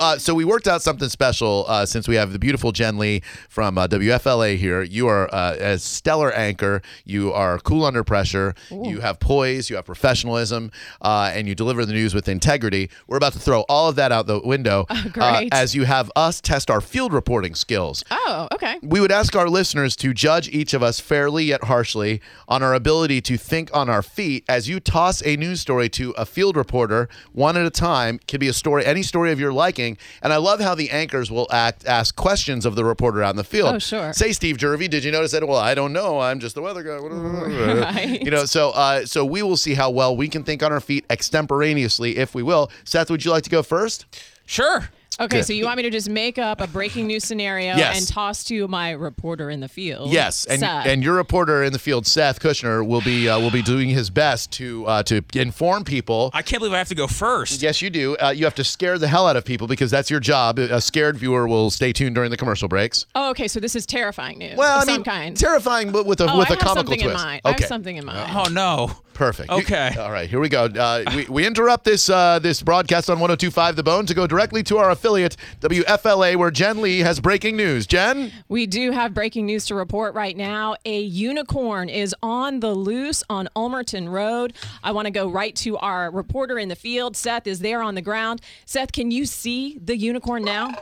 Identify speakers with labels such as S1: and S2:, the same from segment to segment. S1: Uh, so we worked out something special uh, since we have the beautiful Jen Lee from uh, WFLA here. You are uh, a stellar anchor. You are cool under pressure. You have poise. You have professionalism, uh, and you deliver the news with integrity. We're about to throw all of that out the window uh,
S2: great.
S1: as you have us test our field reporting skills.
S2: Oh, okay.
S1: We would ask our listeners to judge each of us fairly yet harshly on our ability to think on our feet as you toss a news story to a field reporter one at a time. Could be a story, any story of your liking. And I love how the anchors will act ask questions of the reporter out in the field.
S2: Oh, sure.
S1: Say, Steve Jervy, did you notice that? Well, I don't know. I'm just the weather guy.
S2: Right.
S1: You know, so uh, so we will see how well we can think on our feet extemporaneously, if we will. Seth, would you like to go first?
S3: Sure.
S2: Okay, so you want me to just make up a breaking news scenario
S1: Yes.
S2: and toss to my reporter in the field?
S1: Yes, and
S2: Seth.
S1: and your reporter in the field, Seth Kushner, will be uh, will be doing his best to uh, to inform people.
S3: I can't believe I have to go first.
S1: yes, you do. Uh, you have to scare the hell out of people because that's your job. A scared viewer will stay tuned during the commercial breaks.
S2: oh, okay, so this is terrifying news.
S1: Well,
S2: of
S1: I mean,
S2: some kind.
S1: terrifying, but with a
S2: oh,
S1: with
S2: I
S1: a
S2: have
S1: comical
S2: something
S1: twist.
S2: in mind.
S1: Okay, Uh-huh.
S2: I have something in mind.
S3: Oh no.
S1: perfect. You-
S3: Okay.
S1: all right, here we go. Uh, we, we interrupt this uh, this broadcast on 102.5 The Bone to go directly to our affiliate WFLA, where Jen Lee has breaking news. Jen.
S2: We do have breaking news to report right now. A unicorn is on the loose on Ulmerton Road. I want to go right to our reporter in the field. Seth is there on the ground. Seth, can you see the unicorn now?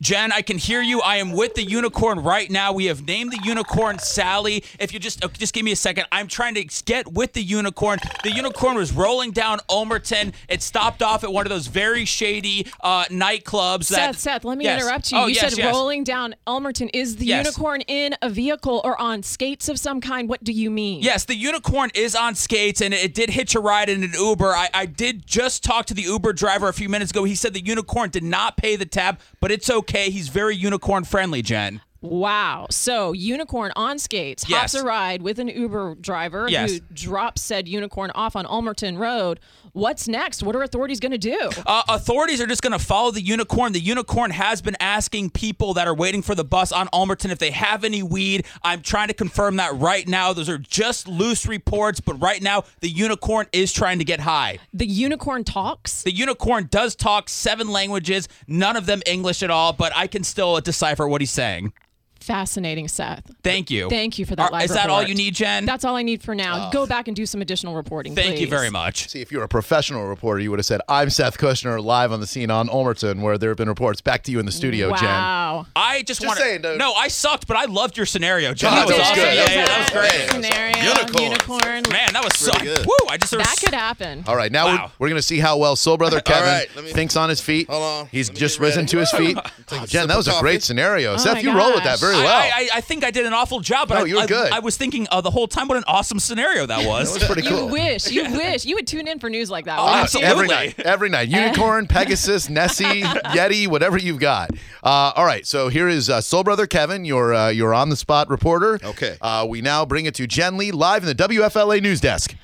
S3: Jen, I can hear you. I am with the unicorn right now. We have named the unicorn Sally. If you just uh, just give me a second, I'm trying to get with the unicorn. The unicorn was rolling down Omerton. It stopped off at one of those very shady uh, nightclubs. that-
S2: Seth, Seth, let me
S3: Yes.
S2: interrupt you.
S3: Oh,
S2: you
S3: yes,
S2: said
S3: yes.
S2: rolling down Elmerton. Is the
S3: Yes.
S2: unicorn in a vehicle or on skates of some kind? What do you mean?
S3: Yes, the unicorn is on skates and it did hitch a ride in an Uber. I, I did just talk to the Uber driver a few minutes ago. He said the unicorn did not pay the tab, but it's okay. He's very unicorn friendly, Jen.
S2: Wow. So, unicorn on skates
S3: Yes.
S2: hops a ride with an Uber driver
S3: Yes.
S2: who drops said unicorn off on Elmerton Road. What's next? What are authorities going to do?
S3: Uh, authorities are just going to follow the unicorn. The unicorn has been asking people that are waiting for the bus on Almerton if they have any weed. I'm trying to confirm that right now. Those are just loose reports, but right now the unicorn is trying to get high.
S2: the unicorn talks?
S3: The unicorn does talk seven languages, none of them English at all, but I can still decipher what he's saying.
S2: Fascinating, Seth.
S3: Thank you.
S2: Thank you for that
S3: Oh. Are-
S2: live
S3: Is that all
S2: report.
S3: you need, Jen?
S2: That's all I need for now. Go back and do some additional reporting.
S3: Thank you
S2: please.
S3: very much.
S1: See, if you were a professional reporter, you would have said, I'm Seth Kushner, live on the scene on Ulmerton, where there have been reports. Back to you in the studio, Jen.
S2: Wow.
S3: I just,
S1: Just
S3: want
S1: saying,
S3: to.
S1: dude.
S3: No, I sucked, but I loved your scenario, Jen.
S1: Oh,
S3: that was
S1: that was
S3: awesome.
S1: good.
S3: Yeah,
S1: That was
S3: yeah,
S1: good.
S3: that was great.
S2: Scenario,
S4: Unicorns.
S2: unicorn.
S3: Man, that was so.
S4: Pretty good.
S3: Woo! I just
S2: That could happen.
S1: All right, now
S3: Wow.
S1: we're, we're going to see how well Soul Brother Kevin
S4: right, let me-
S1: thinks on his feet.
S4: Hold on,
S1: He's
S4: let me
S1: just
S4: get ready.
S1: risen to his feet.
S4: Take a
S1: Jen,
S4: sip
S1: that
S4: of
S1: was a great
S4: coffee.
S1: scenario.
S2: my
S1: Seth, you rolled with that
S2: gosh.
S1: very
S3: I-
S1: well.
S3: I, I, I think I did an awful job, but
S1: No,
S3: I,
S1: you were
S3: I-
S1: good.
S3: I was thinking uh, the whole time what an awesome scenario that was.
S1: that was pretty
S2: You
S1: cool.
S2: wish. You wish. You would tune in for news like that.
S1: Yeah,
S2: wouldn't
S3: absolutely.
S1: Every night. Every night. Unicorn, Pegasus, Nessie, Yeti, whatever you've got. Uh, all right. So here is uh, Soul Brother Kevin, your, uh, your on the spot reporter.
S4: Okay.
S1: Uh, we now bring it to Jen Lee live in the WFLA news desk.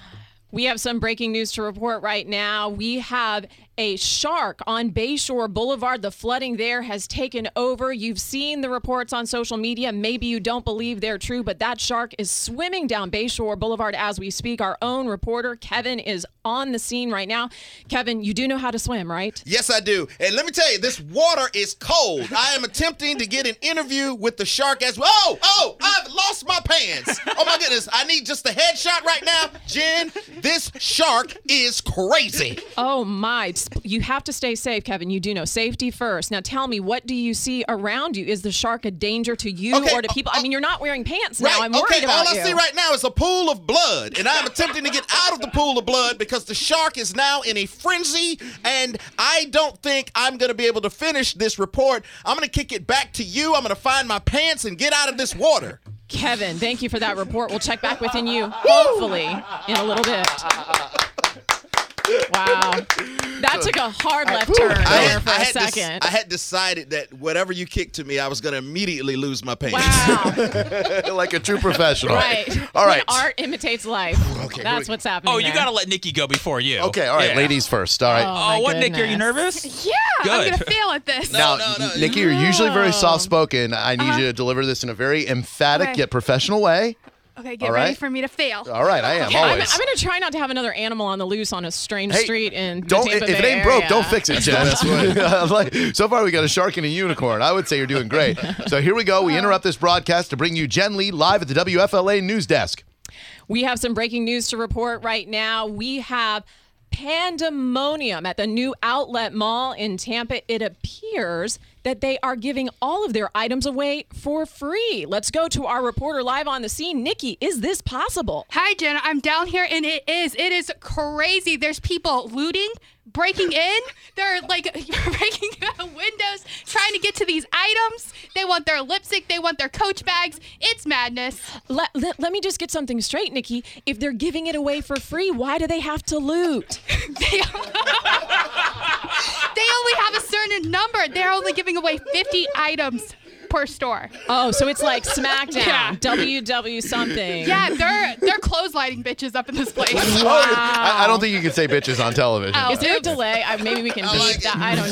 S2: We have some breaking news to report right now. We have a shark on Bayshore Boulevard. The flooding there has taken over. You've seen the reports on social media. Maybe you don't believe they're true, but that shark is swimming down Bayshore Boulevard as we speak. Our own reporter, Kevin, is on the scene right now. Kevin, you do know how to swim, right?
S4: Yes, I do. And let me tell you, this water is cold. I am attempting to get an interview with the shark as well. Oh, oh, I've lost my pants. Oh my goodness, I need just a headshot right now. Jen, this shark is crazy.
S2: Oh my. You have to stay safe, Kevin. You do know safety first. Now tell me, what do you see around you? Is the shark a danger to you
S4: Okay,
S2: or to
S4: uh,
S2: people?
S4: uh,
S2: I mean, you're not wearing pants
S4: Right.
S2: now. I'm
S4: okay.
S2: worried about
S4: All
S2: you.
S4: I see right now is a pool of blood, and I'm attempting to get out of the pool of blood because the shark is now in a frenzy, and I don't think I'm going to be able to finish this report. I'm going to kick it back to you. I'm going to find my pants and get out of this water.
S2: Kevin, thank you for that report. We'll check back within you, hopefully, in a little bit. Wow. That took a hard left turn
S4: I
S2: there
S4: had,
S2: for
S4: I
S2: a
S4: had dec-
S2: second.
S4: I had decided that whatever you kicked to me, I was going to immediately lose my patience.
S2: Wow.
S1: like a true professional.
S2: right.
S1: All right.
S2: When art imitates life.
S1: here we
S2: That's
S1: go.
S2: what's happening.
S3: Oh, you
S2: there.
S3: got to let Nikki go before you.
S1: Okay. All right.
S3: Yeah.
S1: Ladies first. All right.
S3: Oh,
S2: my
S3: what, Nikki? Are you
S2: goodness.
S3: nervous?
S5: Yeah, I'm
S3: Good.
S5: gonna fail at this.
S1: Now,
S4: no, no.
S1: Nikki, you're usually very
S2: No. Uh-huh.
S1: soft spoken. I need you to deliver this in a very emphatic
S5: Okay.
S1: yet professional way.
S5: okay, get
S1: all
S5: ready
S1: right.
S5: for me to fail.
S1: All right, I am
S2: Okay, I'm,
S1: always.
S2: I'm going to try not to have another animal on the loose on a strange
S1: Hey,
S2: street in the
S1: don't if
S2: Tampa
S1: it
S2: Bay
S1: ain't broke,
S2: area.
S1: don't fix it, Jen. I'm like, so far we got a shark and a unicorn. I would say you're doing great. so here we go. We interrupt this broadcast to bring you Jen Lee live at the WFLA news desk.
S2: We have some breaking news to report right now. We have pandemonium at the new outlet mall in Tampa. It appears that they are giving all of their items away for free. Let's go to our reporter live on the scene. Nikki, is this possible?
S5: Hi, Jenna. I'm down here, and it is. It is crazy. There's people looting, breaking in. They're like breaking out windows, trying to get to these items. They want their lipstick. They want their Coach bags. It's madness.
S2: Let, let, let me just get something straight, Nikki. If they're giving it away for free, why do they have to loot?
S5: They, they only have a certain number. They're only giving away 50 items per store.
S2: Oh, so it's like SmackDown,
S5: Yeah.
S2: WW something.
S5: Yeah, they're they're clotheslining bitches up in this place.
S1: I, I don't think you can say bitches on television.
S5: Ow.
S2: Is there a delay? I, maybe we can beat
S4: like
S2: that. I don't